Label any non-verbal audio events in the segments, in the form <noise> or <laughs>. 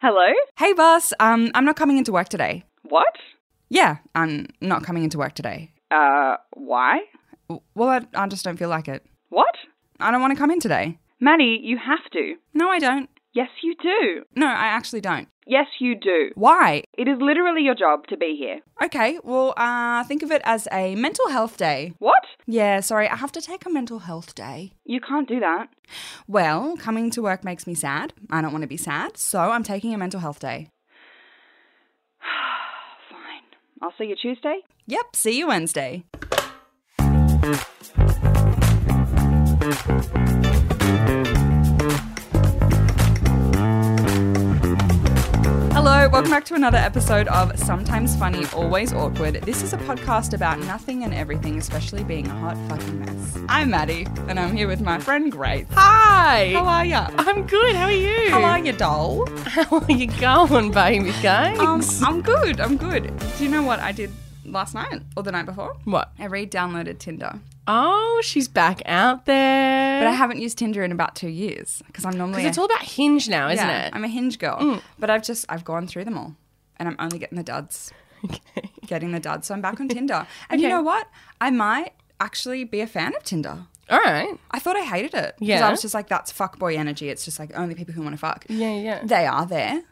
Hello? Hey, boss. Um, I'm not coming into work today. What? Yeah, I'm not coming into work today. Uh, why? W- Well, I, I just don't feel like it. What? I don't want to come in today. Maddie, you have to. No, I don't. Yes, you do. No, I actually don't. Yes, you do. Why? It is literally your job to be here. Okay, well, uh, think of it as a mental health day. What? Yeah, sorry, I have to take a mental health day. You can't do that. Well, coming to work makes me sad. I don't want to be sad, so I'm taking a mental health day. <sighs> Fine. I'll see you Tuesday. Yep, see you Wednesday. Hello, welcome back to another episode of Sometimes Funny, Always Awkward. This is a podcast about nothing and everything, especially being a hot fucking mess. I'm Maddie, and I'm here with my friend Grace. Hi. How are ya? I'm good. How are you? How are you, doll? <laughs> How are you going, baby? Thanks. Um, I'm good, I'm good. Do you know what I did last night or the night before? what? I re-downloaded Tinder. Oh, she's back out there. But I haven't used Tinder in about two years because I'm normally. 'Cause it's all about hinge now, isn't yeah, it? Mm. I'm a hinge girl. But I've just, I've gone through them all and I'm only getting the duds. okay. Getting the duds. So I'm <laughs> back on Tinder. And you Okay. know what? I might actually be a fan of Tinder. <laughs> All right. I thought I hated it. Because I Yeah. was just like, that's fuckboy energy. It's just like only people who want to fuck. Yeah, Mm. yeah. They are there.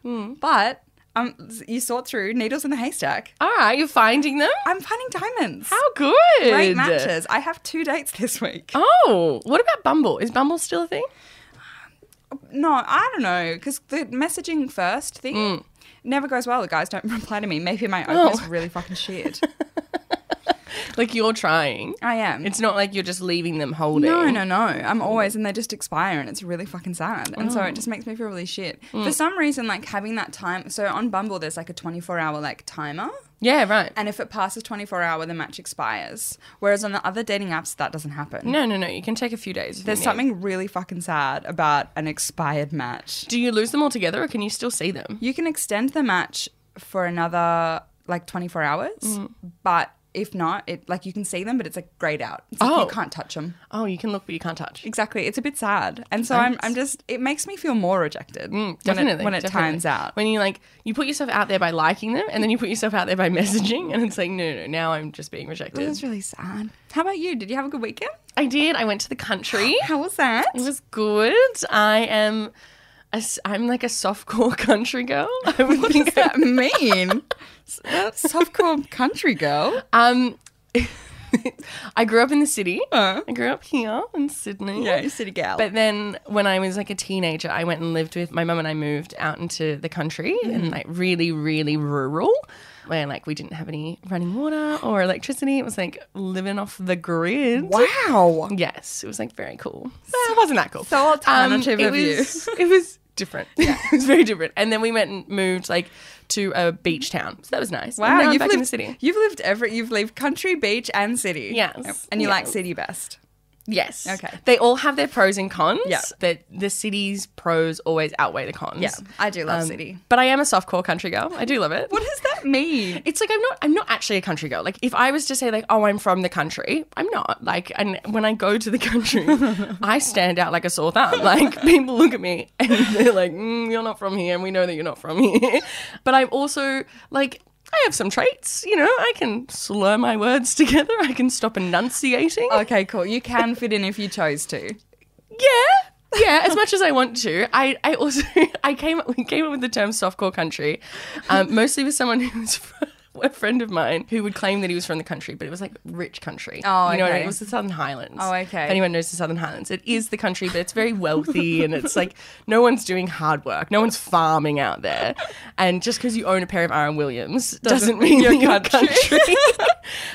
But um, you saw through needles in the haystack. All right. You're finding them? I'm finding diamonds. How good. Great matches. I have two dates this week. Oh, what about Bumble? Is Bumble still a thing? No, I don't know because the messaging first thing Mm. never goes well. The guys don't <laughs> reply to me. Maybe my open is really fucking shit. Like you're trying. I am. It's not like you're just leaving them holding. no, no, no. I'm always, and they just expire, and it's really fucking sad. And Mm. so it just makes me feel really shit. For some reason, like having that time. So on Bumble, there's like a 24 hour like timer, Yeah, right. and if it passes 24 hour, the match expires. Whereas on the other dating apps, that doesn't happen. No, no, no. You can take a few days. if you There's need. something really fucking sad about an expired match. Do you lose them all together, or can you still see them? You can extend the match for another like 24 hours, Mm. but if not, it like you can see them, but it's like grayed out. It's like Oh. you can't touch them. Oh, you can look, but you can't touch. Exactly. It's a bit sad, and so I'm, I'm just it makes me feel more rejected Mm, Definitely. when it, when it definitely. times out. When you like, you put yourself out there by liking them and then you put yourself out there by <laughs> messaging and it's like, no, no, no, now I'm just being rejected. It's really sad. How about you? Did you have a good weekend? I did. I went to the <gasps> country. How was <laughs> that? It was good. I am, a s- I'm like a softcore <laughs> country girl. I would What think does that mean? S- uh, Softcore country girl. Um, <laughs> I grew up in the city. Uh. I grew up here in Sydney. Yeah, you're city gal. But then when I was like a teenager, I went and lived with my mum and I moved out into the country Mm-hmm. and like really, really rural where like we didn't have any running water or electricity. It was like living off the grid. Wow. Yes, it was like very cool. Well, it wasn't that cool. Um, so alternative it of you. was, It was different. Yeah, <laughs> it was very different. And then we went and moved like to a beach town. So that was nice. And now I'm Wow, you've back lived, in the city. you've lived every, you've lived country, beach, and city. Yes. and you Yeah. like city best. Yes. Okay. They all have their pros and cons. Yeah. That the city's pros always outweigh the cons. Yeah, I do love Um, city. But I am a softcore country girl. I do love it. What does that mean? It's like I'm not I'm not actually a country girl. Like if I was to say like, oh, I'm from the country, I'm not. Like and when I go to the <laughs> country, I stand out like a sore thumb. Like people look at me and they're like, mm, you're not from here, and we know that you're not from here. But I'm also like I have some traits, you know, I can slur my words <laughs> together, I can stop enunciating. <laughs> Okay, cool. You can fit in if you chose to. Yeah. Yeah, <laughs> as much as I want to, I, I also <laughs> I came we came up with the term softcore country, um, mostly with someone who was fr- <laughs> a friend of mine who would claim that he was from the country, but it was like rich country. Oh, you know what I okay. mean? It was the Southern Highlands. Oh, okay. If anyone knows the Southern Highlands, it is the country, but it's very wealthy and it's like no one's doing hard work, no one's farming out there, and just because you own a pair of Aaron Williams doesn't, mean you're, you're country. <laughs> <laughs>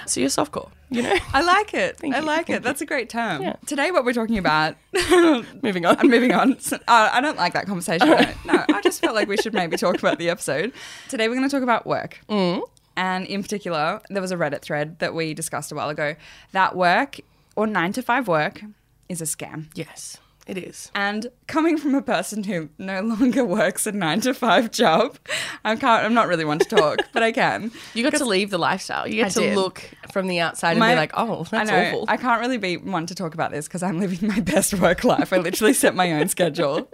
so you're softcore, you know. I like it. I you, like it. That's a great term. Today, what we're talking about. Moving on. I'm moving on. <laughs> S- uh, I don't like that <laughs> conversation. No, no, I just felt like we should maybe talk about the episode. Today, we're going to talk about work. And in particular, there was a Reddit thread that we discussed a while ago that work or nine to five work is a scam. Yes, it is. And coming from a person who no longer works a nine to five job, I can't. I'm not really one to <laughs> talk, but I can. You got to leave the lifestyle. You get I to did. look from the outside and My- be like, oh, that's I know, awful. I can't <laughs> really be one to talk about this because I'm living my best work life. I literally set my own schedule.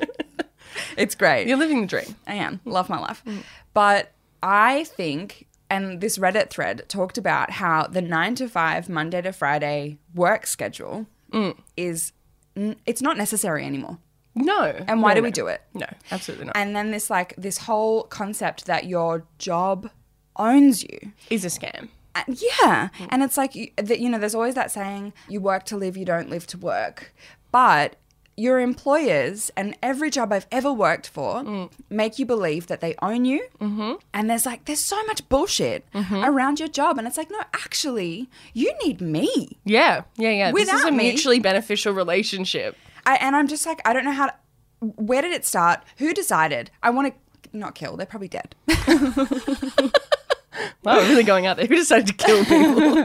It's great. You're Mm. living the dream. I am. Love my life. But I think, and this Reddit thread talked about how the nine to five, Monday to Friday work schedule Mm. is, n- it's not necessary anymore. No. And why No, do no. we do it? No, absolutely not. And then this like this whole concept that your job owns you. Is a scam. And- yeah. And it's like, you, that, you know, there's always that saying, you work to live, you don't live to work. But your employers and every job I've ever worked for make you believe that they own you. Mm-hmm. And there's like, there's so much bullshit around your job. And it's like, no, actually, you need me. Yeah, yeah, yeah. this is Without a me- mutually beneficial relationship. I, and I'm just like, I don't know how to. Where did it start? Who decided? I want to not kill. They're probably dead. Wow, we're really going out there. <laughs> Who decided to kill <laughs> people?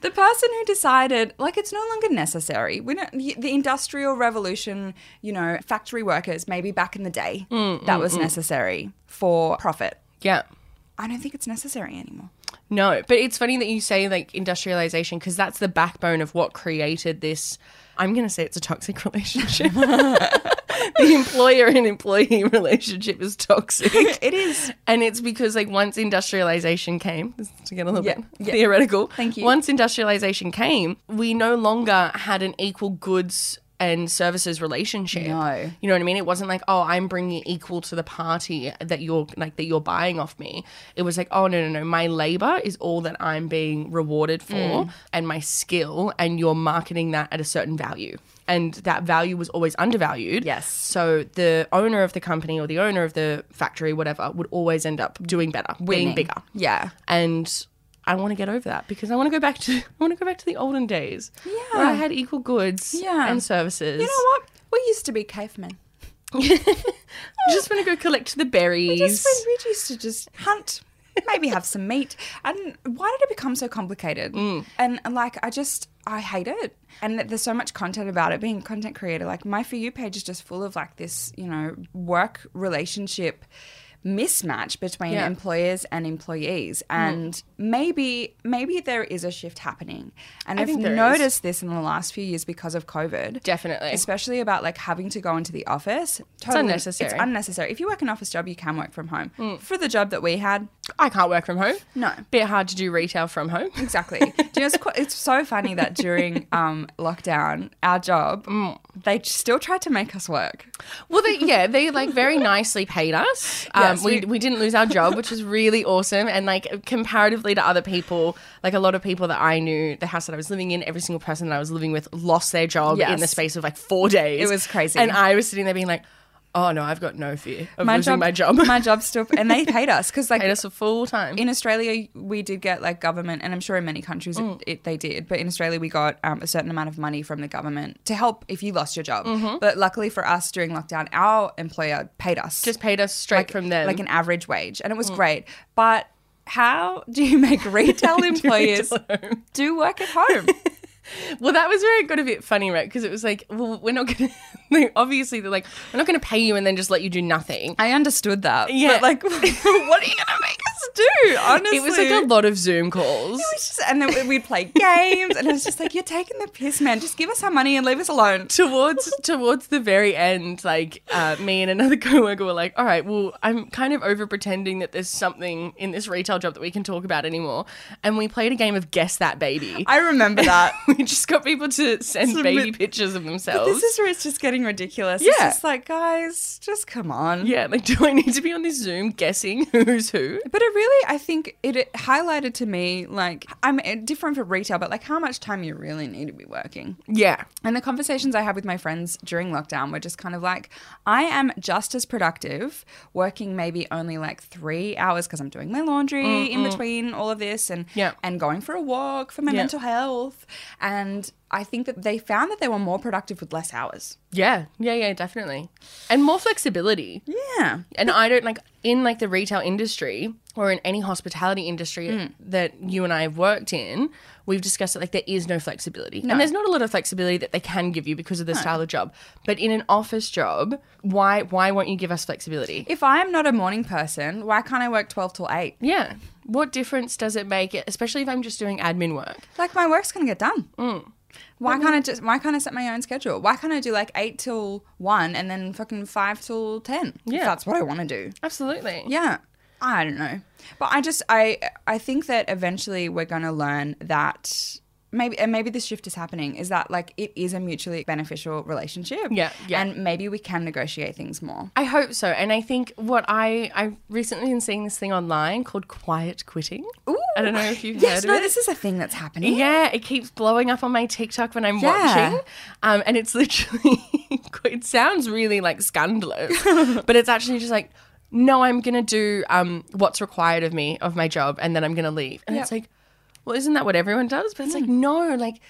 the person who decided like it's no longer necessary we don't the, the industrial revolution you know factory workers maybe back in the day that was necessary for profit yeah. i don't think it's necessary anymore No, but it's funny that you say like industrialization because that's the backbone of what created this. I'm going to say it's a toxic <laughs> relationship. the employer and employee <laughs> relationship is toxic. <laughs> it is And it's because like once industrialization came, <laughs> this is to get a little Yeah, bit yeah. theoretical. Thank you. Once industrialization came, we no longer had an equal goods and services relationship. No. You know what I mean? It wasn't like, oh, I'm bringing equal to the party that you're like that you're buying off me. It was like, oh no no no, my labor is all that I'm being rewarded for, Mm. and my skill, and you're marketing that at a certain value. And that value was always undervalued. Yes. So the owner of the company or the owner of the factory, whatever, would always end up doing better, being bigger. yeah And I want to get over that because I want to go back to <laughs> I want to go back to the olden days where I Yeah. had equal goods Yeah. and services. you know what we used to be cavemen I just want to go collect the berries. Just when we used to just hunt, maybe have some meat. And why did it become so complicated? Mm. And and, like, I just, I hate it. And that there's so much content about it being a content creator. Like, my For You page is just full of like this, you know, work relationship mismatch between Yeah. Mm. employers and employees and maybe maybe there is a shift happening and i've think there is. noticed this in the last few years because of covid Definitely. especially about like having to go into the office totally, unnecessary. Mm. It's unnecessary. If you work an office job, you can work from home. For the job that we had, I can't work from home. No. Bit hard to do retail from home. exactly. Do you know, it's, quite, it's so funny that during um, lockdown, our job, Mm. they still tried to make us work. <laughs> Well, they, yeah, they like very nicely paid us. Um, Yes, we, we- we didn't lose our job, which was really awesome. And like comparatively to other people, like a lot of people that I knew, the house that I was living in, every single person that I was living with lost their job in the Yes. space of like four days. It was crazy. And I was sitting there being like, oh no, I've got no fear of losing my job. my job still, and they paid us because like <laughs> paid us for full time. in Australia, we did get like government, and I'm sure in many countries it, Mm. it, they did, but in Australia, we got um, a certain amount of money from the government to help if you lost your job. Mm-hmm. But luckily for us during lockdown, our employer paid us. Just paid us straight from them. Mm. like an average wage, and it was great. But how do you <laughs> make retail employers do work at home? Well, that was where it got a bit funny, right? Because it was like, well, we're not going to, obviously, they're <laughs> like, we're not going to pay you and then just let you do nothing. I understood that, Yeah. but like, <laughs> what are you gonna make us do? Honestly, It was like a lot of Zoom <laughs> calls. It was just- and then we'd play games, and it was just like, "You're taking the piss, man. Just give us our money and leave us alone." <laughs> towards towards the very end, like uh, me and another <laughs> coworker were like, "All right, well, I'm kind of over pretending that there's something in this retail job that we can talk about anymore." And we played a game of guess that baby. I remember that. <laughs> we just got people to send Submit- baby pictures of themselves. this is where it's just getting ridiculous. It's Yeah. just like, guys, just come on. yeah, like, <laughs> do I need to be on this Zoom guessing <laughs> who's who? But it really, I think it, it highlighted to me, like, I'm uh, different for retail, but like how much time you really need to be working. Yeah, And the conversations I had with my friends during lockdown were just kind of like, I am just as productive working maybe only like three hours because I'm doing my laundry in between all of this and Mm, Yeah. and going for a walk for my Yeah. mental health. And I think that they found that they were more productive with less hours. yeah, yeah, yeah, definitely, and more flexibility. Yeah. and I don't like in like the retail industry or in any hospitality industry Mm. that you and I have worked in, we've discussed that like there is no flexibility. And there's not a lot of flexibility that they can give you because of the style of job. But in an office job, why why won't you give us flexibility? If I am not a morning person, why can't I work 12 till 8? yeah. What difference does it make, especially if I'm just doing admin work? Mm. Like, my work's going to get done. Why can't I just? Why can't I set my own schedule? Why can't I do like eight till one and then fucking five till ten? Yeah. if that's what I want to do. Absolutely. Yeah, I don't know, but I just I I think that eventually we're gonna learn that maybe and maybe this shift is happening is that like it is a mutually beneficial relationship. Yeah, yeah. and maybe we can negotiate things more. I hope so. And I think what I I recently been seeing this thing online called quiet quitting. I don't know if you've yes, heard no, of it. this is a thing that's happening. Yeah, it keeps blowing up on my TikTok when I'm Yeah. watching. Um, and it's <laughs> literally, it sounds really like scandalous, but it's actually just like, no, I'm going to do um, what's required of me, of my job, and then I'm going to leave. And it's like, well, isn't that what everyone does? But it's like, no, like,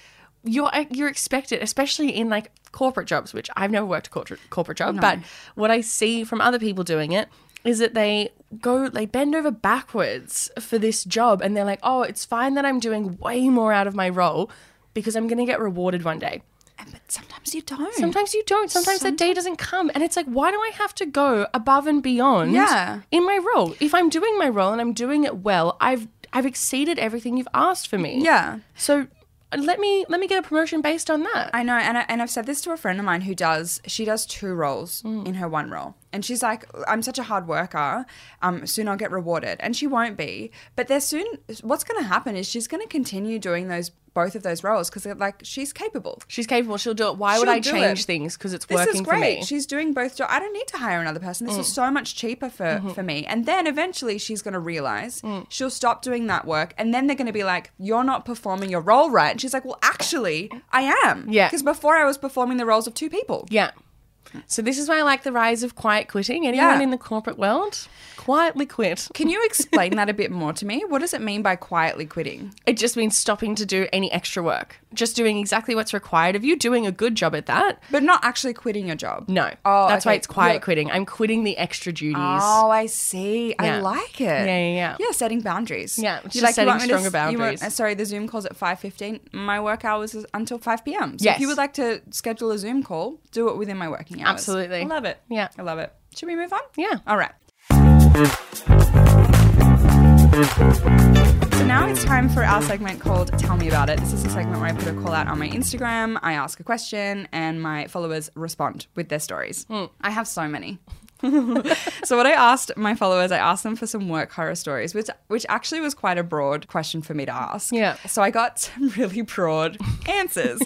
you're uh, you're expected, especially in like corporate jobs, which I've never worked a corporate corporate job, but what I see from other people doing it is that they go they bend over backwards for this job and they're like, "Oh, it's fine that I'm doing way more out of my role because I'm going to get rewarded one day." but sometimes you don't. Sometimes you don't. Sometimes, that day doesn't come and it's like, "Why do I have to go above and beyond Yeah. in my role? If I'm doing my role and I'm doing it well, I've I've exceeded everything you've asked for me." yeah. So uh, let me let me get a promotion based on that. I know, and I, and I've said this to a friend of mine who does she does two roles Mm. in her one role, and she's like, "I'm such a hard worker. Um, soon I'll get rewarded," and she won't be. But there's soon. What's going to happen is she's going to continue doing those both of those roles because like she's capable. She's capable. She'll do it. Why would She'll I do change it. things? Because it's This working is for great. me. Mm. She's doing both jobs. I don't need to hire another person. This is so much cheaper for, Mm-hmm. for me. And then eventually she's going to realize Mm. she'll stop doing that work. And then they're going to be like, you're not performing your role right. And she's like, well, actually, I am. Yeah. Because before I was performing the roles of two people. yeah. So this is why I like the rise of quiet quitting. Anyone Yeah. in the corporate world quietly quit. Can you explain that a bit more to me? What does it mean by quietly quitting? It just means stopping to do any extra work. Just doing exactly what's required of you, doing a good job at that. But not actually quitting your job. No. Oh, that's why okay. it's quiet You're- quitting. I'm quitting the extra duties. Oh, I see. I Yeah. like it. Yeah, yeah, yeah. Yeah, setting boundaries. Yeah, You it's just setting want me to stronger s- you want- boundaries. uh, sorry, the Zoom call's at five fifteen. My work hours is until five p.m. So if Yes. you would like to schedule a Zoom call, do it within my working hours. Absolutely. I love it. Yeah. I love it. Should we move on? Yeah. All right. So now it's time for our segment called Tell Me About It. This is a segment where I put a call out on my Instagram, I ask a question, and my followers respond with their stories. Hmm. I have so many. so what I asked my followers, I asked them for some work horror stories, which which actually was quite a broad question for me to ask. Yeah. So I got some <laughs> really broad <laughs> answers.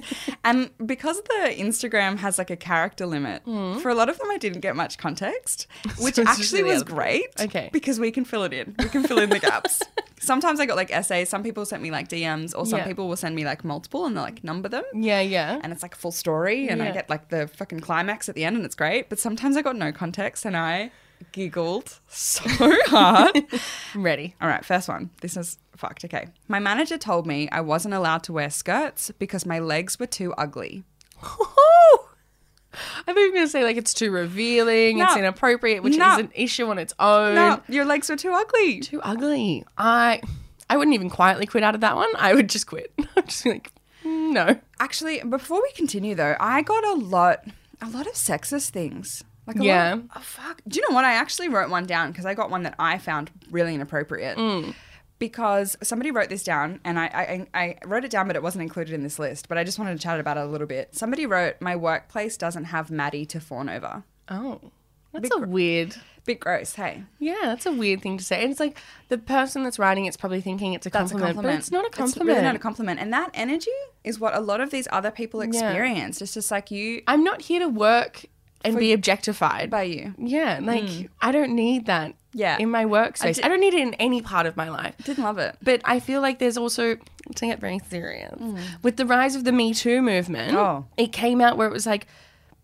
and because the Instagram has like a character limit, Mm. for a lot of them I didn't get much <laughs> context, which it's just actually really was helpful. great. Okay. Because we can fill it in. We can fill in the <laughs> gaps. Sometimes I got like essays, some people sent me like DMs, or some Yeah. people will send me like multiple and like number them Yeah, yeah. and it's like a full story and I Yeah. get like the fucking climax at the end and it's great. But sometimes I got no context and I giggled so <laughs> hard. I'm ready. All right, first one. This is fucked. Okay. My manager told me I wasn't allowed to wear skirts because my legs were too ugly. I think you were going to say like it's too revealing, it's No. inappropriate, which No. is an issue on its own. No, your legs were too ugly. too ugly. I I wouldn't even quietly quit out of that one. I would just quit. <laughs> I'm just like, no. Actually, before we continue though, I got a lot, a lot of sexist things. Like a Yeah. Lot of, oh, fuck. Do you know what? I actually wrote one down because I got one that I found really inappropriate. Mm. Because somebody wrote this down, and I, I I wrote it down, but it wasn't included in this list. But I just wanted to chat about it a little bit. Somebody wrote, "My workplace doesn't have Maddie to fawn over." Oh. That's a weird Bit gross, hey? Yeah, that's a weird thing to say. And it's like the person that's writing it's probably thinking it's a That's a compliment. compliment. But it's not a compliment. It's really not a compliment. And that energy is what a lot of these other people experience. It's just like you I'm not here to work and be objectified. by you. yeah, like I don't need that Hmm. Yeah. in my workspace. I, di- don't need it in any part of my life. Didn't love it. But I feel like there's also to get very serious with the rise of the Me Too movement. Hmm. Oh. It came out where it was like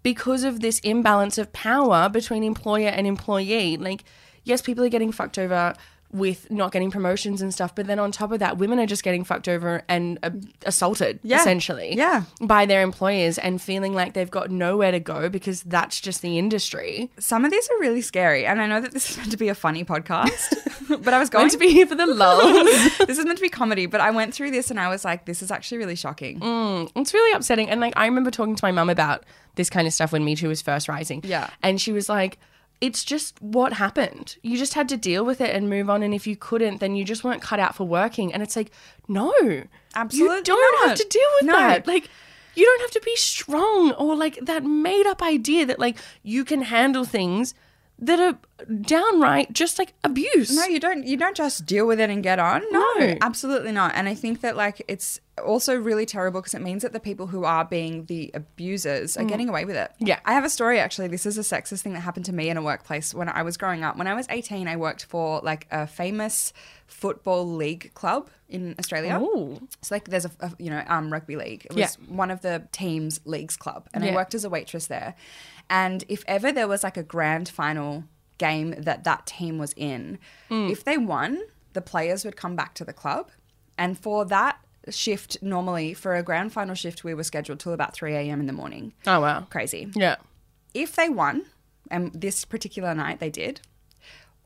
because of this imbalance of power between employer and employee. Like, yes, people are getting fucked over with not getting promotions and stuff, but then on top of that, women are just getting fucked over and uh, assaulted essentially, Yeah. by their employers and feeling like they've got nowhere to go because that's just the industry. Some of these are really scary, and I know that this is meant to be a funny <laughs> podcast, but I was going Meant to be here <laughs> for the lulz. this is meant to be comedy, but I went through this and I was like, this is actually really shocking. Mm. It's really upsetting. And like, I remember talking to my mum about this kind of stuff when Me Too was first rising. Yeah. And she was like, it's just what happened. You just had to deal with it and move on. And if you couldn't, then you just weren't cut out for working. And it's like, no, Absolutely You don't not. have to deal with No. that. Like, you don't have to be strong or like that made up idea that like you can handle things that are downright just like abuse. No, you don't. You don't just deal with it and get on. No, No. absolutely not. And I think that like it's also really terrible because it means that the people who are being the abusers are getting away with it. Mm. Yeah. I have a story actually. This is a sexist thing that happened to me in a workplace when I was growing up. When I was eighteen, I worked for like a famous football league club in Australia. Ooh. So like there's a, a- you know um rugby league. It was one of the team's leagues club, and I Yeah. worked as a waitress there. And if ever there was like a grand final game that that team was in, Mm. if they won, the players would come back to the club, and for that shift normally for a grand final shift we were scheduled till about 3 a.m in the morning Oh wow. crazy Yeah. if they won, and this particular night they did,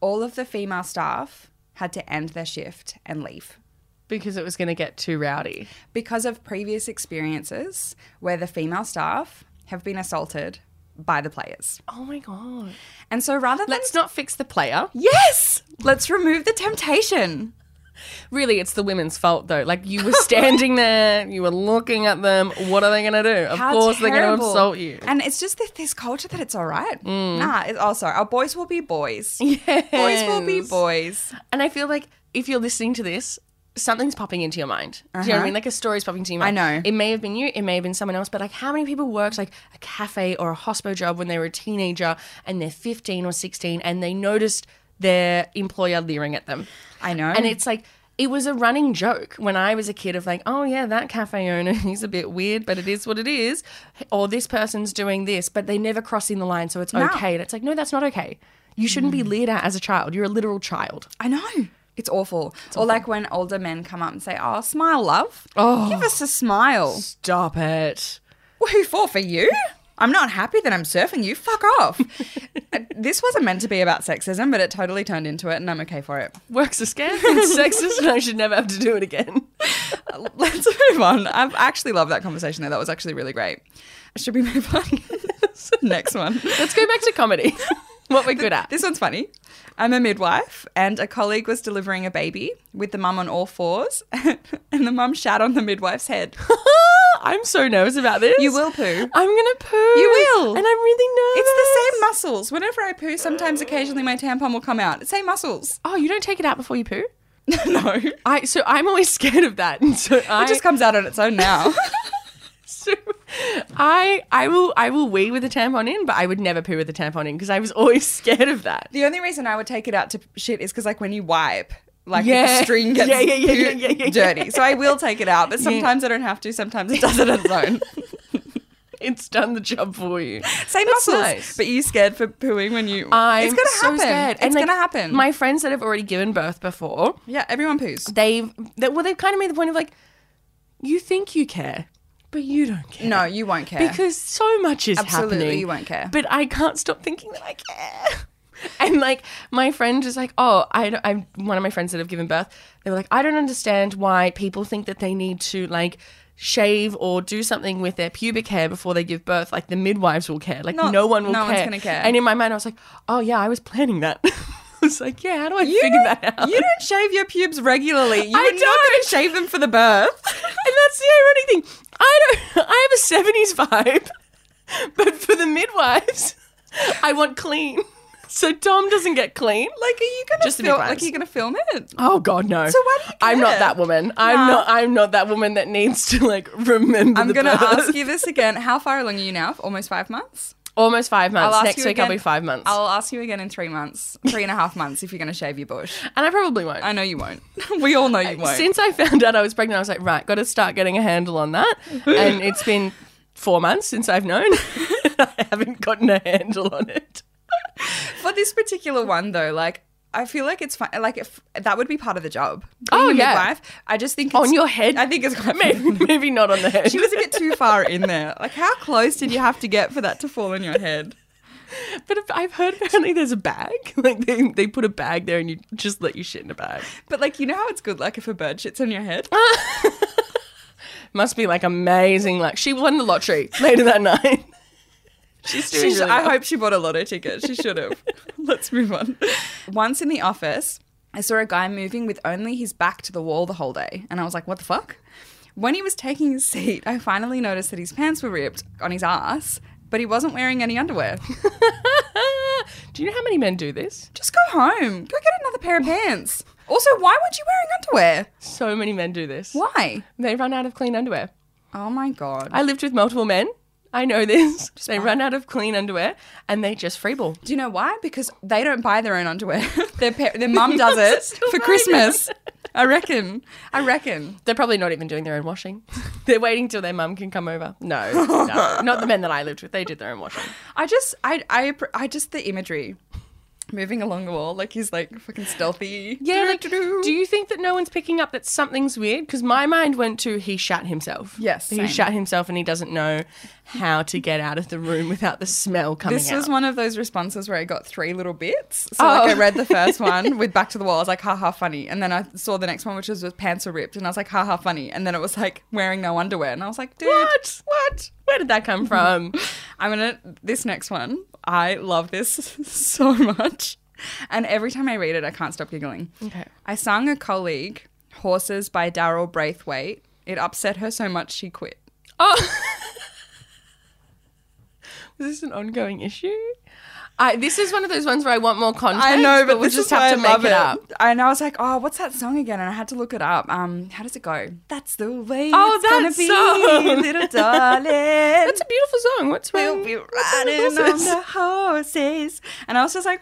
all of the female staff had to end their shift and leave Because it was going to get too rowdy. because of previous experiences where the female staff have been assaulted by the players. Oh my god. And so rather than Let's not fix the player. Yes, let's remove the temptation. Really, it's the women's fault though. Like you were standing there, you were looking at them. What are they going to do? Of How course they're going to terrible. assault you. Mm. And it's just this, this culture that it's all right. Nah, it's also our boys will be boys. Boys will be <laughs> Yes. boys. And I feel like if you're listening to this, something's popping into your mind. Do you know what I mean? Like a story's popping into your mind. Uh-huh. know. It may have been you, it may have been someone else, but like how many people worked like a cafe or a hospo job when they were a teenager and they're 15 or 16 and they noticed their employer leering at them? I know. And it's like, it was a running joke when I was a kid of like, oh yeah, that cafe owner, <laughs> he's a bit weird, but it is what it is. Or this person's doing this, but they never crossing the line, so it's okay. And it's like, no, that's not okay. You shouldn't Hmm. be leered at as a child. You're a literal child. I know. It's awful. Or like when older men come up and say, "Oh, smile, love. Oh, give us a smile." Stop it. Who for? For you? I'm not happy that I'm surfing you. Fuck <laughs> off. Uh, this wasn't meant to be about sexism, but it totally turned into it, and I'm okay for it. Works a scam. <laughs> It's sexist, and I should never have to do it again. Uh, <laughs> Let's move on. I actually love that conversation though. That was actually really great. Should we move on? <laughs> Next one. Let's go back to comedy. <laughs> What we're good at. This one's funny. I'm a midwife, and a colleague was delivering a baby with the mum on all fours, <laughs> and the mum shat on the midwife's head. I'm so nervous about this. You will poo. I'm gonna poo. You will. And I'm really nervous. It's the same muscles. Whenever I poo, sometimes occasionally my tampon will come out. Same muscles. <laughs> Oh, you don't take it out before you poo. no. I so I'm always <laughs> scared of that. And so I It <laughs> just comes out on its own now. so I I will I will wee with a tampon in, but I would never poo with a tampon in because I was always <laughs> scared of that. the only reason I would take it out to shit is because, like, when you wipe, like Yeah. <laughs> the string gets Yeah, yeah, yeah, yeah, poo- yeah, yeah, yeah. dirty. <laughs> So I will take it out, but sometimes I don't have to. Sometimes it does it on its <laughs> own. It's done the job for you. Same That's muscles. nice. But you scared for pooing when you. I'm it's gonna so happen. scared. It's like, gonna happen. My friends that have already given birth before, yeah, everyone poos. they've they, well, they've kind of made the point of like, you think you care, but you don't care. No, you won't care. because so much is Absolutely, happening. you won't care. But I can't stop thinking that I care. <laughs> And like my friend was like, oh, I, don't- I'm one of my friends that have given birth. They were like, I don't understand why people think that they need to like shave or do something with their pubic hair before they give birth. Like the midwives will care. Like Not- no one will no care. one's gonna care. And in my mind, I was like, oh yeah, I was planning that. <laughs> I was like, yeah, how do I you figure don't- that out? You don't shave your pubes regularly. You <laughs> are I not going to shave them for the birth. and that's the ironic thing. I don't. <laughs> I have a '70s vibe, but for the midwives, I want clean. So Tom doesn't get clean. Like, are you gonna Just the film? midwives. Like, are you gonna film it? Oh God, no. So why do you I'm care? not that woman. I'm not. I'm not that woman that needs to like remember. I'm the gonna birth. ask you this again. How far along are you now? Almost five months. Almost five months. I'll ask Next you week I'll again. be five months, I'll ask you again in three months, three and a half months, if you're gonna shave your bush. and I probably won't. I know you won't. <laughs> We all know you won't. Since I found out I was pregnant, I was like, right, got to start getting a handle on <laughs> that. and it's been four months since I've known. <laughs> I haven't gotten a handle on it. For this particular one, though, like. I feel like it's fine. Like if that would be part of the job. Oh, Being a yeah. Oh, midwife, I just think On it's- your head? I think it's <laughs> quite Maybe, maybe not on the <laughs> head. She was a bit too far in there. Like, how close did you have to get for that to fall on your head? But if- I've heard apparently there's a bag. <laughs> Like they, they put a bag there and you just let you shit in a bag. But like, you know how it's good, like if a bird shits on your head. Must be like amazing. Like she won the lottery later that night. <laughs> She's doing She sh- really I well. hope she bought a lotto ticket. She should have. <laughs> Let's move on. Once in the office, I saw a guy moving with only his back to the wall the whole day, and I was like, "What the fuck?" When he was taking his seat, I finally noticed that his pants were ripped on his ass, but he wasn't wearing any underwear. <laughs> do you know how many men do this? Just go home. Go get another pair of pants. Also, why weren't you wearing underwear? So many men do this. Why? They run out of clean underwear. Oh my god. I lived with multiple men. I know <laughs> this. they run out of clean underwear and they just freeball. Do you know why? Because they don't buy their own underwear. <laughs> their pa- their mum does it for Christmas. I reckon. I reckon. They're probably not even doing their own washing. <laughs> They're waiting till their mum can come over. No, <laughs> no, not the men that I lived with. They did their own washing. I just I I appr- I just the imagery moving along the wall like he's like fucking stealthy. Yeah, <laughs> like, Do-do-do. do you think that no one's picking up that something's weird? Because my mind went to he shat himself. Yes, he same. shat himself, and he doesn't know how to get out of the room without the smell coming This out. Oh. was one of those responses where I got three little bits. So like I read the <laughs> first one with back to the wall. I was like, haha, funny. And then I saw the next one, which was with pants were ripped. And I was like, haha, funny. And then it was like wearing no underwear. And I was like, dude, what? What? Where did that <laughs> come from? I'm gonna this next one. I love this <laughs> so much, and every time I read it, I can't stop giggling. Okay. I sang a colleague "Horses" by Daryl Braithwaite. It upset her so much she quit. Oh. <laughs> Is this an ongoing issue? I, this is one of those ones where I want more context. we this just is have why to I make love it, up. And I was like, "Oh, what's that song again?" And I had to look it up. Um, how does it go? That's the way. Oh, it's gonna that song. be, <laughs> little darling. That's a beautiful song. What's wrong? We'll be what's wrong riding with on this? the horses. And I was just like,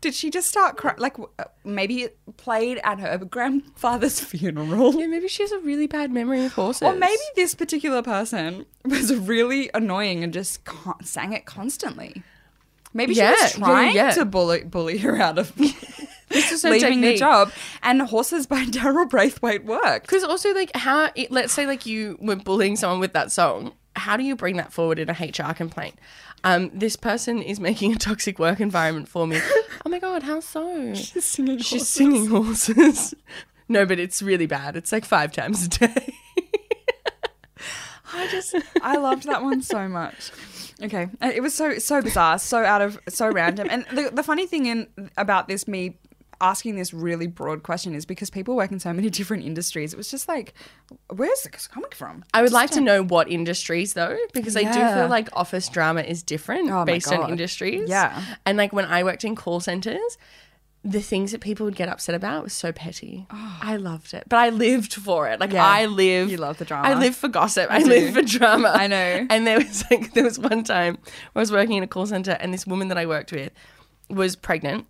did she just start crying? Like, w- uh, maybe it played at her grandfather's <laughs> funeral. Yeah, maybe she has a really bad memory of horses. Or maybe this particular person was really annoying and just con- sang it constantly. Maybe she was Yeah, yeah, yeah, trying yeah. to bully, bully her out <laughs> of is her leaving the technique. job. And Horses by <laughs> Daryl Braithwaite worked. Because also, like, how, it, let's say, like, you were bullying someone with that song. How do you bring that forward in a HR complaint? Um, this person is making a toxic work environment for <laughs> me. oh my God, how so? She's singing singing horses. <laughs> no, but it's really bad. It's like five times a day. I just I loved that one so much. Okay, Uh, it was so so bizarre, so out of so random. And the the funny thing in about this me asking this really broad question is because people work in so many <laughs> different industries. It was just like, where's this coming from? I would like to know what industries though, because I do Yeah. feel like office drama is different Oh my based God. on industries. Yeah. And like when I worked in call centers, the things that people would get upset about was so petty. I loved it. But I lived for it. Like Oh. Yeah. I live You love the drama. I live for gossip. I, live for drama. I know. <laughs> And there was like there was one time I was working in a call center and this woman that I worked with was pregnant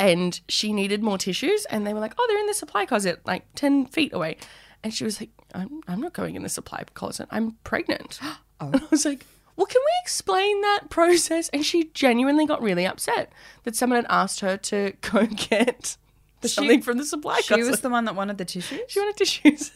and she needed more tissues and they were like oh they're in the supply closet like 10 feet away and she was like i'm, I'm not going in the supply closet i'm pregnant <gasps> Oh. and i was like well can we explain that process and she genuinely got really upset that someone had asked her to <laughs> go get something from the supply She closet was the one that wanted the tissues. she wanted <laughs> tissues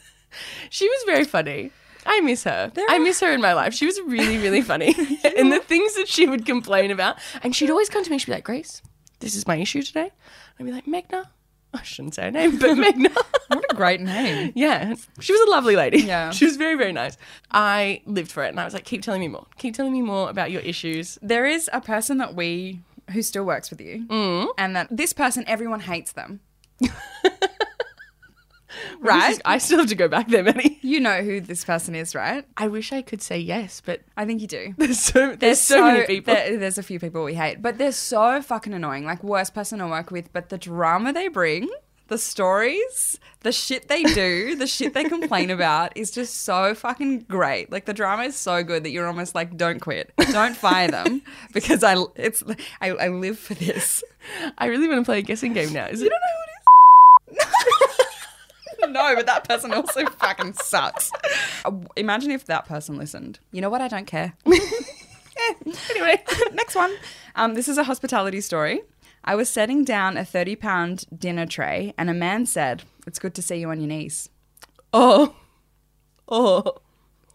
she was very funny I miss her. I miss her in my life. She was really, really funny. <laughs> and the things that she would complain about. And she'd always come to me, she'd be like, Grace, this is my issue today. I'd be like, Megna. <laughs> I shouldn't say her name, but Megna. <laughs> What a great name. yeah. She was a lovely lady. Yeah. <laughs> She was very, very nice. I lived for it. And I was like, keep telling me more. Keep telling me more about your issues. There is a person that we who still works with you, and that this person everyone hates <laughs> them. This right? is- I still have to go back there, Maddie. You know who this person is, right? <laughs> I wish I could say yes, but <laughs> I think you do. there's so, there's so, many people. there- there's a few people we hate, but they're so fucking annoying. Like worst person to work with, but the drama they bring, the stories, the shit they do, the shit they complain about is just so fucking great. Like the drama is so good that you're almost like, don't quit, don't fire them, <laughs> because I it's I, I live for this. I really want to play a guessing game now. Is it? <laughs> No, but that person also fucking sucks. Uh, Imagine if that person listened. You know what? I don't <laughs> care. Anyway. <laughs> Next one. Um, this is a hospitality story. I was setting down a 30 pound dinner tray and a man said, It's good to see you on your knees. Oh. Oh.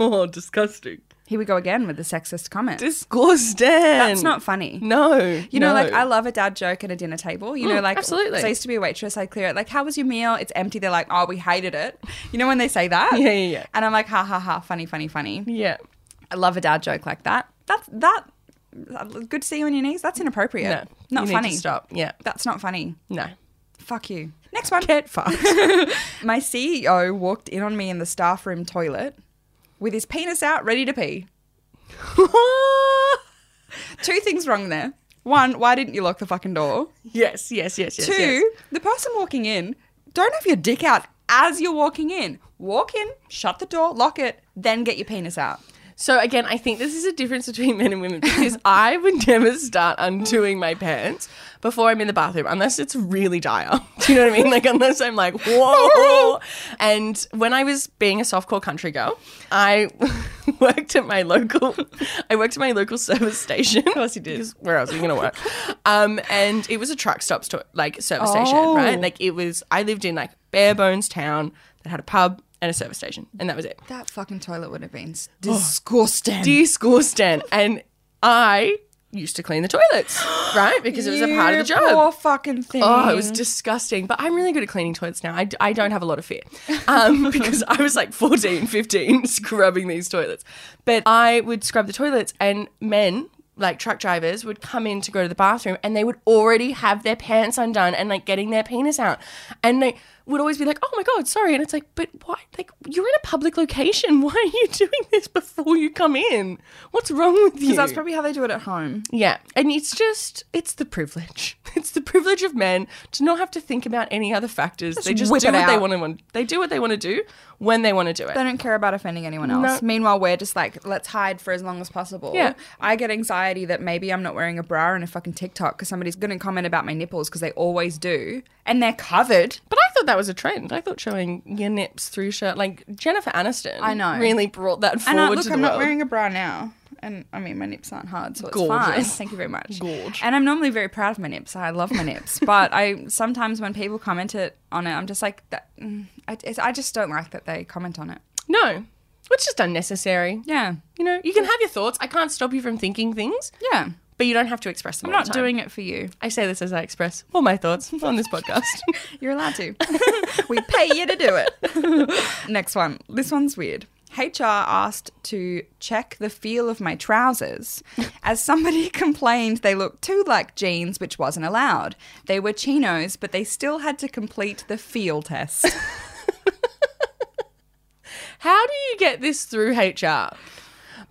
Oh, disgusting. Here we go again with the sexist comment. Disgusting. That's not funny. No. You know, like I love a dad joke at a dinner table. You know, Mm, like absolutely. 'cause I used to be a waitress. I clear it like, "How was your meal?" It's empty. They're like, "Oh, we hated it." You know when they say that? Yeah, yeah, yeah. And I'm like, "Ha ha ha! Funny, funny, funny." Yeah. I love a dad joke like that. That's that. Good to see you on your knees. That's inappropriate. No. not you funny. Need to stop. Yeah. <laughs> That's not funny. No. Fuck you. Next next one. Get fucked. <laughs> My CEO walked in on me in the staff room toilet with his penis out, ready to pee. Two things wrong there. One, why didn't you lock the fucking door? yes, yes, yes, yes. Two, yes. the person walking in, don't have your dick out as you're walking in. Walk in, shut the door, lock it, then get your penis out. So again, I think this is a difference between <laughs> men and women because I would never start undoing my pants before I'm in the bathroom unless it's really dire. <laughs> Do you know what I mean? Like unless I'm <laughs> like, whoa. And when I was being a softcore country girl, I <laughs> worked at my local <laughs> I worked at my local service station. Of course you did. Where else are you gonna work? Um, and it was a truck stop sto- like service station, Oh. right? Like it was I lived in like bare bones town that had a pub and a service station, and that was it That fucking toilet would have been Oh, disgusting. empty school stand and I used to clean the toilets, <gasps> right? Because it was a part of the You job. Poor fucking thing. Oh, it was disgusting. But I'm really good at cleaning toilets now. I, d- I don't have a lot of fear um, <laughs> because I was like 14, 15 <laughs> scrubbing these toilets. But I would scrub the toilets, and men, like truck drivers, would come in to go to the bathroom and they would already have their pants undone and like getting their penis out. And they would always be like, oh my God, sorry. And it's like, but why? Like, you're in a public location. <laughs> Why are you doing this before you come in? What's wrong with you? Because that's probably how they do it at home. Yeah. And it's just, it's the privilege. <laughs> It's the privilege of men to not have to think about any other factors. they just whip do it what they out. want to They do what they want to do when they want to do it. They don't care about offending anyone else. Meanwhile, we're just like, let's hide for as long as possible. Yeah. I get anxiety that maybe I'm not wearing a bra and a fucking TikTok because somebody's going to comment about my nipples because they always do. And they're covered. But I thought that was a trend. I thought showing your nips through shirt, like Jennifer Aniston, I know. really brought that And forward I, look, to the I'm not world. wearing a bra now. And I mean, my nips aren't hard, so it's fine. Gorgeous. Thank you very much. Gorge. And I'm normally very proud of my nips. I love my <laughs> nips. But I sometimes when people comment it on it, I'm just like, that, mm, I, it's- I just don't like that they comment on it. no, it's just unnecessary. Yeah. You know, you can have your thoughts. I can't stop you from thinking things, Yeah. but you don't have to express them. I'm all the not time. doing it for you. I say this as I express all my thoughts on this podcast. <laughs> You're allowed to. we pay you to do it. <laughs> Next one. This one's weird. HR asked to check the feel of my trousers as somebody <laughs> complained they looked too like jeans, which wasn't allowed. They were chinos, but they still had to complete the feel <laughs> test. How do you get this through HR?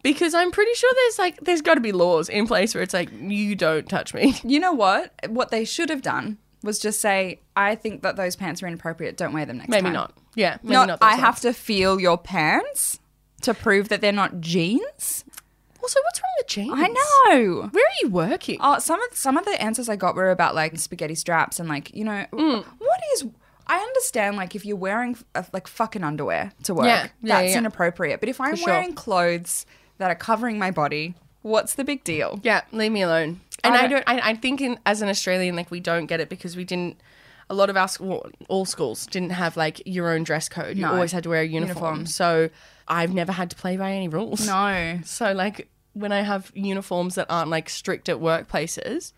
Because I'm pretty sure there's like there's got to be laws in place where it's like you don't touch me. you know what? What they should have done was just say, I think that those pants are inappropriate. Don't wear them next Maybe time. not. Yeah, maybe Not, not. those I have ones. to feel your pants to prove that they're not jeans. Also, what's wrong with jeans? I know. Where are you working? Oh, some of some of the answers I got were about like spaghetti straps and like you know Mm. what is. I understand like if you're wearing uh, like fucking underwear to work, Yeah, yeah, that's yeah. inappropriate. But if I'm sure. wearing clothes that are covering my body, what's the big deal? Yeah, leave me alone. And I I don't. I, I, think in, as an Australian, like we don't get it because we didn't. A lot of our sch- well, all schools didn't have like your own dress code. You No. always had to wear a uniform. Uniform. So I've never had to play by any rules. No, So like when I have uniforms that aren't like strict at workplaces,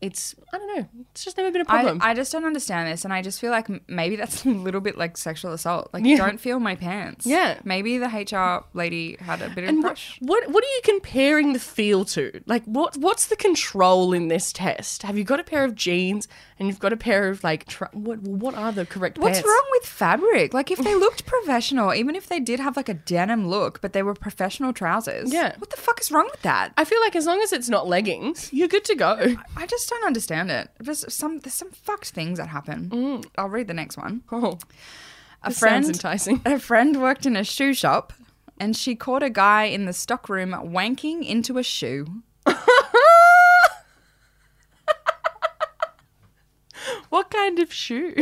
it's I don't know. It's just never been a I, problem. I just don't understand this, and I just feel like m- maybe that's <laughs> a little bit like sexual assault. Like, Yeah. don't feel my pants. Yeah. maybe the HR lady had a bit of and what, brush. what what are you comparing the feel to? Like what what's the control in this test? Have you got a pair of jeans and you've got a pair of like tr- what what are the correct What's pants? wrong with fabric? Like, if they looked professional, even if they did have like a denim look, but they were professional trousers. Yeah. What the fuck is wrong with that? I feel like as long as it's not leggings, you're good to go. I just don't understand it. There's some there's some fucked things that happen. I'll read the next one. <laughs> Oh, A sounds enticing. A friend worked in a shoe shop, and she caught a guy in the stockroom wanking into a shoe. what kind of <laughs> shoe?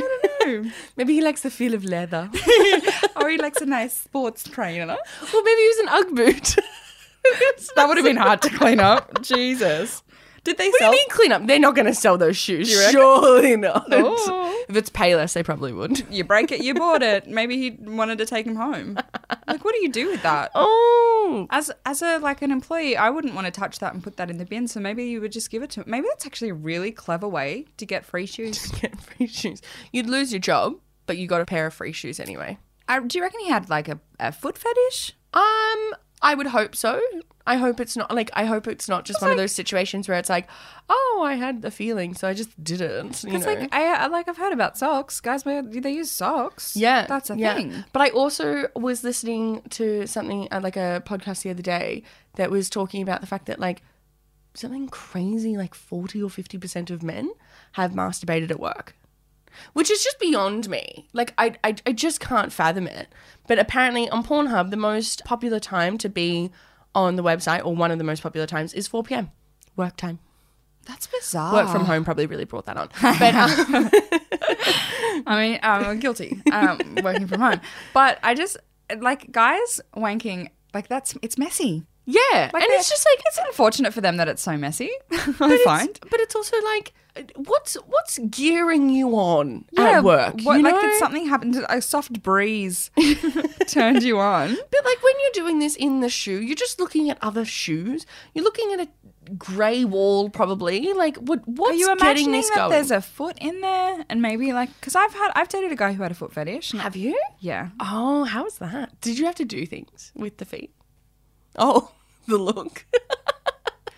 maybe he likes the feel of leather. or Oh, he likes a nice sports <laughs> trainer. <laughs> well, maybe he was an UGG boot. <laughs> That would have been hard to clean up. <laughs> Jesus. Did they What sell? do you mean clean up? They're not going to sell those shoes. you reckon? Surely not. Oh. <laughs> If it's Payless, they probably would. You break it, you bought it. Maybe he wanted to take him home. Like, what do you do with that? Oh. <laughs> As as a like an employee, I wouldn't want to touch that and put that in the bin. So maybe you would just give it to. Maybe that's actually a really clever way to get free shoes. Get free shoes. You'd lose your job, but you got a pair of free shoes anyway. I, do you reckon he had like a, a foot fetish? Um, I would hope so. I hope it's not like I hope it's not just one of those situations where it's like, oh, I had the feeling, so I just didn't. You know? It's like I, I like I've heard about socks. Guys wear they use socks. Yeah, That's a yeah. thing. But I also was listening to something uh, like a podcast the other day that was talking about the fact that like something crazy like 40 or 50% of men have masturbated at work. Which is just beyond me. Like I, I I just can't fathom it. But apparently on Pornhub the most popular time to be on the website or one of the most popular times is 4 p.m. work time. That's bizarre. Work from home probably really brought that on. But um, <laughs> I mean, I'm guilty. Um, working from home. But I just like guys wanking like that's it's messy. yeah, Like and it's they're- just like it's unfortunate for them that it's so messy. <laughs> But I it's- find. but it's also like, what's what's gearing you on Yeah, at work? What, you like know? that something happened, a soft <laughs> breeze turned you on. but like when you're doing this in the shoe, you're just looking at other shoes. You're looking at a grey wall, probably. Like, what Are what's you getting imagining this that going? there's a foot in there, and maybe like because I've had I've dated a guy who had a foot fetish. Have you? Yeah, Oh, how is that? Did you have to do things with the feet? Oh, <laughs> the look.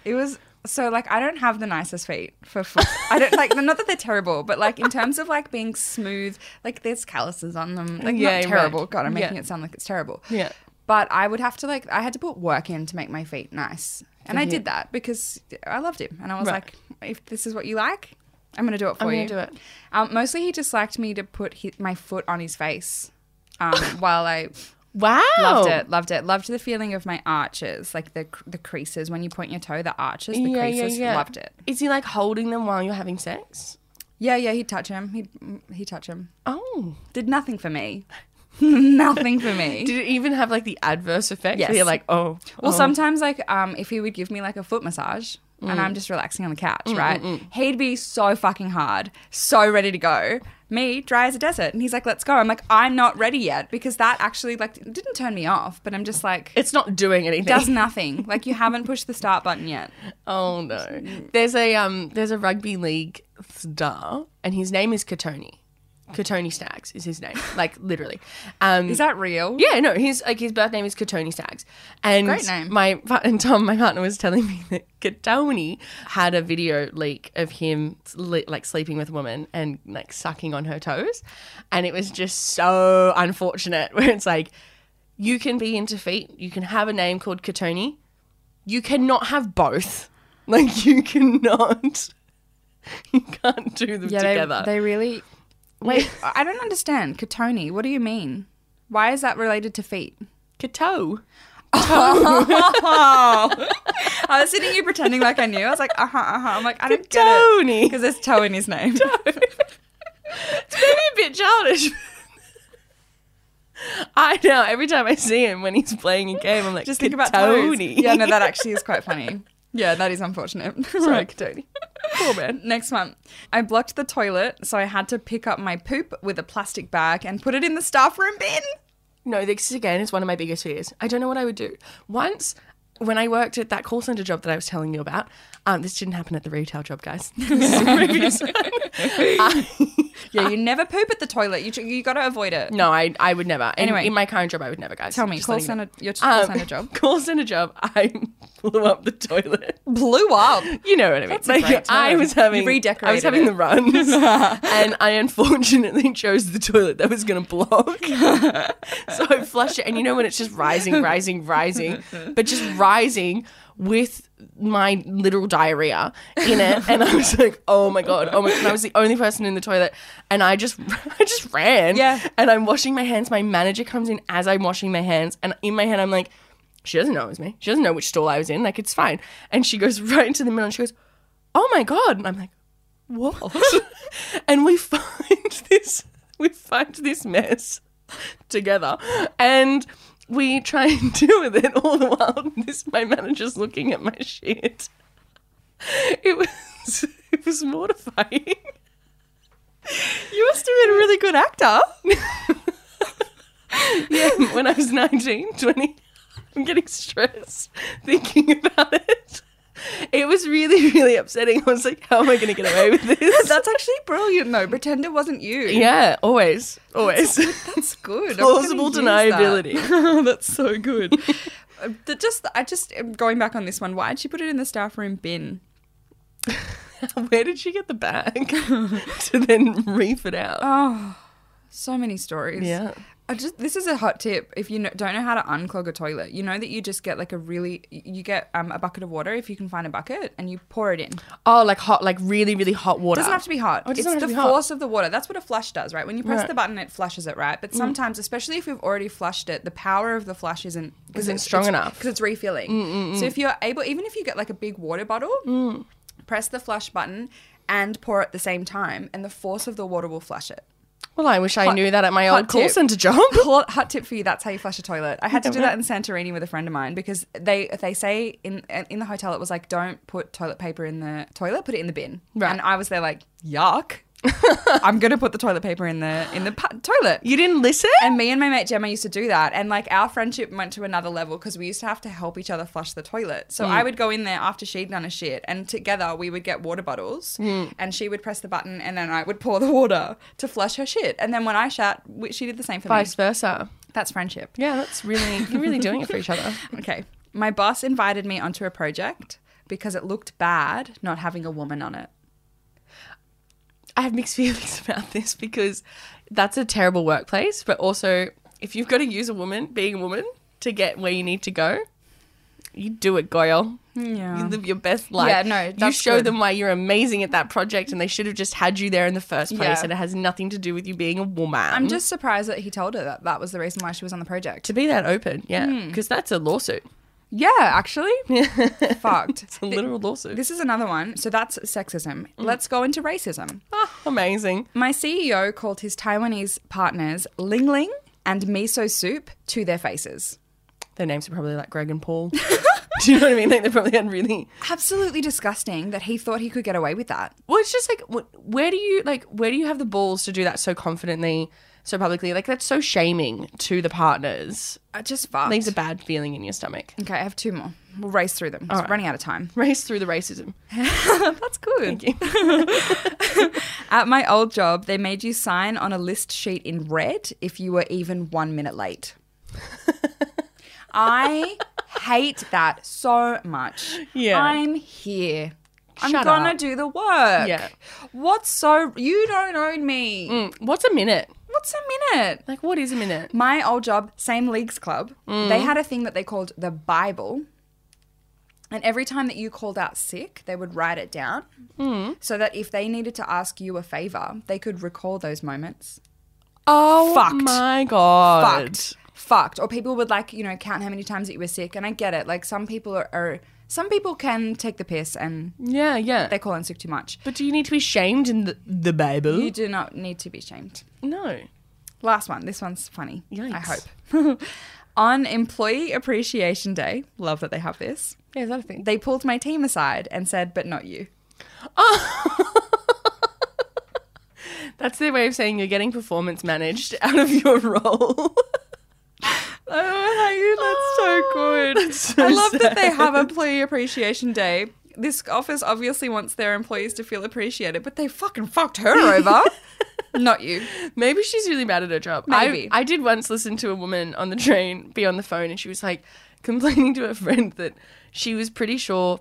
it was so like I don't have the nicest feet for foot. I don't like not that they're terrible, but like in terms of like being smooth, like there's calluses on them. Like Yeah, not right. terrible. God, I'm Yeah. making it sound like it's terrible. Yeah. But I would have to like I had to put work in to make my feet nice, and I did that because I loved him, and I was Right. like, if this is what you like, I'm gonna do it for gonna you. do it. Um, mostly, he just liked me to put hi my foot on his face um, <laughs> while I wow. Loved it, loved it, loved the feeling of my arches, like the the creases when you point your toe, the arches, the creases. Loved it. Is he like holding them while you're having sex? Yeah, yeah, he'd touch him. He'd mm, he'd touch him. Oh. Did nothing for me. <laughs> nothing for me. Did it even have like the adverse effect? Yes. Where you're like, oh, well, oh. sometimes like um, if he would give me like a foot massage. And Mm. I'm just relaxing on the couch, right? He'd be so fucking hard, so ready to go. Me, dry as a desert. And he's like, let's go. I'm like, I'm not ready yet because that actually like didn't turn me off, but I'm just like, it It's not doing anything. <laughs> does nothing. Like you haven't pushed the start button yet. Oh no. There's a um there's a rugby league star and his name is Katoni. Katoni Staggs is his name. Like literally. Um Is that real? yeah, no, his like his birth name is Katoni Staggs, and Great name. my par- and Tom, my partner, was telling me that Katoni had a video leak of him sle- like sleeping with a woman and like sucking on her toes, and it was just so unfortunate. <laughs> Where it's like, you can be into feet, you can have a name called Katoni, you cannot have both. <laughs> Like you cannot, <laughs> you can't do them together. They, really. Wait, I don't understand. Katoni, what do you mean? Why is that related to <laughs> feet? <laughs> Kato. I was sitting here pretending like I knew. I was like, uh huh, uh huh. I'm like, I don't get it. Tony. Because there's toe in his name. maybe a bit childish. I know. Every time I see him when he's playing a game, I'm like, Just think about Tony. Tony. Yeah, no, that actually is quite funny. Yeah, that is unfortunate. <laughs> Sorry, Tony. Poor man. Next one. I blocked the toilet, so I had to pick up my poop with a plastic bag and put it in the staff room bin. <laughs> No, this again is one of my biggest fears. I don't know what I would do. Once, when I worked at that call center job that I was telling you about, um, this didn't happen at the retail job, guys. <laughs> This is the previous one. I- Yeah, you never poop at the toilet. You, tr- you got to avoid it. no, I, I would never. In- Anyway. in my current job, I would never, guys. Tell me, Just call letting you center, your know. call Um, center job. <laughs> Call center job. I <laughs> blew up the toilet. Blew <laughs> up. You know what I mean? a great I term. was having You redecorated I was having it. the runs, <laughs> and I unfortunately <laughs> chose the toilet that was going to block. <laughs> so I flushed it, and you know when it's just rising, rising, rising, but just rising with my literal diarrhea in it, and I was like, oh my god, oh my! And I was the only person in the toilet, and I just, <laughs> I just ran. Yeah. And I'm washing my hands. My manager comes in as I'm washing my hands, and in my head, I'm like, she doesn't know it was me. She doesn't know which stall I was in. Like, it's fine. And she goes <laughs> right into the middle and she goes, oh my God. And I'm like, what? <laughs> and we find <laughs> this, we find this mess together. And we try and <laughs> deal with it all the while. <laughs> This, my manager's looking at my shit. It was, <laughs> it was mortifying. You must have been a really good actor. <laughs> yeah, when I was 19, 20, I'm getting stressed thinking about it. It was really, really upsetting. I was like, how am I going to get away with <laughs> this? That's actually brilliant, though. Pretend it wasn't you. yeah, always, always. <laughs> That's good. I'm gonna Plausible use that. <laughs> deniability. That's so good. the, just I just going back on this one. Why did she put it in the staff room bin? Where did she get the <laughs> bag to then reef it out? Oh, So many stories. Yeah. I just this is a hot tip. If you kn- don't know how to unclog a toilet, you know that you just get like a really you get um, a bucket of water if you can find a bucket and you pour it in. oh, like hot, like really, really hot water. Doesn't have to be hot. Oh, it it's doesn't have to the be hot. force of the water. That's what a flush does, right? When you press Right. Mm. the button, it flushes it, right? But sometimes, especially if we've already flushed it, the power of the flush isn't Isn't strong enough. Mm, because it's refilling. So if you're able, even if you get like a big water bottle, press the flush button and pour at the same time, and the force of the water will flush it. Well, I wish I Hot- knew that at my hot old call tip. center job. <laughs> Hot hot tip for you. That's how you flush a toilet. I had to do that in Santorini with a friend of mine because they they say in in the hotel it was like don't put toilet paper in the toilet, put it in the bin. Right. And I was there like yuck. <laughs> I'm gonna put the toilet paper in the in the pu- toilet. <laughs> You didn't listen? And me and my mate Gemma used to do that, and like our friendship went to another level because we used to have to help each other flush the toilet. So I would go in there after she'd done a shit, and together we would get water bottles, and she would press the button, and then I would pour the water to flush her shit. And then when I shat, we- she did the same for me. Vice versa. That's friendship. Yeah, that's really, you're really doing it for each other. Okay. My boss invited me onto a project because it looked bad not having a woman on it. <laughs> I have mixed feelings <laughs> about this because that's a terrible workplace, but also if you've got to use a woman, being a woman, to get where you need to go, you do it, Goyle. You Yeah. live your best life. Yeah, no, you that's show good. them why you're amazing at that project, and they should have just had you there in the first place, Yeah. and it has nothing to do with you being a woman. I'm just surprised that he told her that that was the reason why she was on the project. to be that open, yeah, Hmm. because that's a lawsuit. Yeah, <laughs> actually. Fucked. It's a literal lawsuit. This is another one. So that's Mm. sexism. Let's go into racism. Ah, amazing. My CEO called his Taiwanese partners Ling Ling and miso soup to their faces. Their names are probably like Greg <laughs> and Paul. do you know what I mean? Like they probably had really Absolutely disgusting that he thought he could get away with that. Well, it's just like wh- where do you like where do you have the balls to do that so confidently, so publicly? Like that's so shaming to the partners. I just fucked. Leaves a bad feeling in your stomach. Okay, I have two more. We'll race through them. It's right. running out of time. Race through the racism. <laughs> That's good. <laughs> At my old job, they made you sign on a list sheet in red if you were even one minute <laughs> late. I hate that so much. Yeah. I'm here. I'm Shut gonna up. do the work. Yeah. What's so you don't own me. Mm, What's a minute? What's a minute? Like what is a minute? My old job, same leagues club, they had a thing that they called the Bible. And every time that you called out sick, they would write it down so that if they needed to ask you a favor, they could recall those moments. Oh Fucked. my god. Fucked. Fucked. Or people would like, you know, count how many times that you were sick. And I get it. Like some people are, are some people can take the piss and Yeah, yeah. they call in sick too much. but do you need to be shamed in the, the Bible? You do not need to be shamed. no. Last one. This one's funny. I Yikes. hope. <laughs> On Employee Appreciation Day, love that they have this. Yeah, is that a thing? They pulled my team aside and said, but not you. That's their way of saying you're getting performance managed <laughs> out of your role. <laughs> Oh, That's so I love that they sad. have Employee Appreciation Day. This office obviously wants their employees to feel appreciated, but they fucking fucked her <laughs> over. not you. Maybe she's really bad at her job. Maybe. I, I did once listen to a woman on the train be on the phone and she was like <laughs> complaining to her friend that she was pretty sure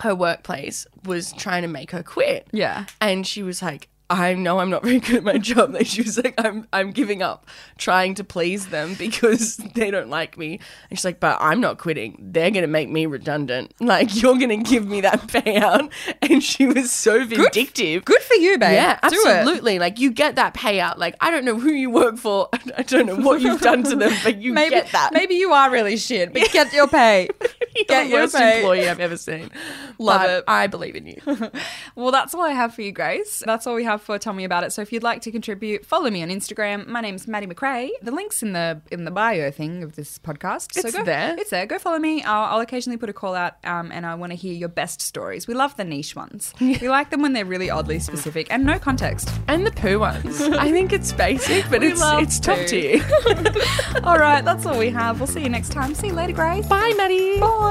her workplace was trying to make her quit. Yeah. And she was like, I know I'm not very good at my job. <laughs> Like she was like, I'm I'm giving up trying to please them <laughs> because they don't like me. And she's like, but I'm not quitting. They're gonna make me redundant. <laughs> Like you're gonna give me that <laughs> payout. And she was so vindictive. Good for you, babe. Yeah, Do it. absolutely. Like you get that payout. Like I don't know who you work for. <laughs> I don't know what you've done to them, but you <laughs> Maybe, get that. maybe you are really shit, but get your pay. <laughs> You're get the your worst pay. employee I've ever seen. <laughs> Love But it. I believe in you. Well, that's all I have for you, Grace. That's all we have for Tell Me About It. So if you'd like to contribute, follow me on Instagram. My name's Maddie McRae. The link's in the in the bio thing of this podcast. It's go, there. It's there. Go follow me. I'll, I'll occasionally put a call out, um, and I want to hear your best stories. We love the niche <laughs> ones. we like them when they're really oddly specific and no context. <laughs> And the poo ones. I think it's basic, but We it's love it's top poo. tier. all right, that's all we have. We'll see you next time. See you later, Grace. Bye, Maddie. Bye.